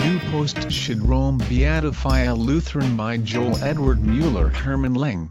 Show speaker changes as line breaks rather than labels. New Post should Rome beatify a Lutheran by Joel Edward Mueller Hermann Lang.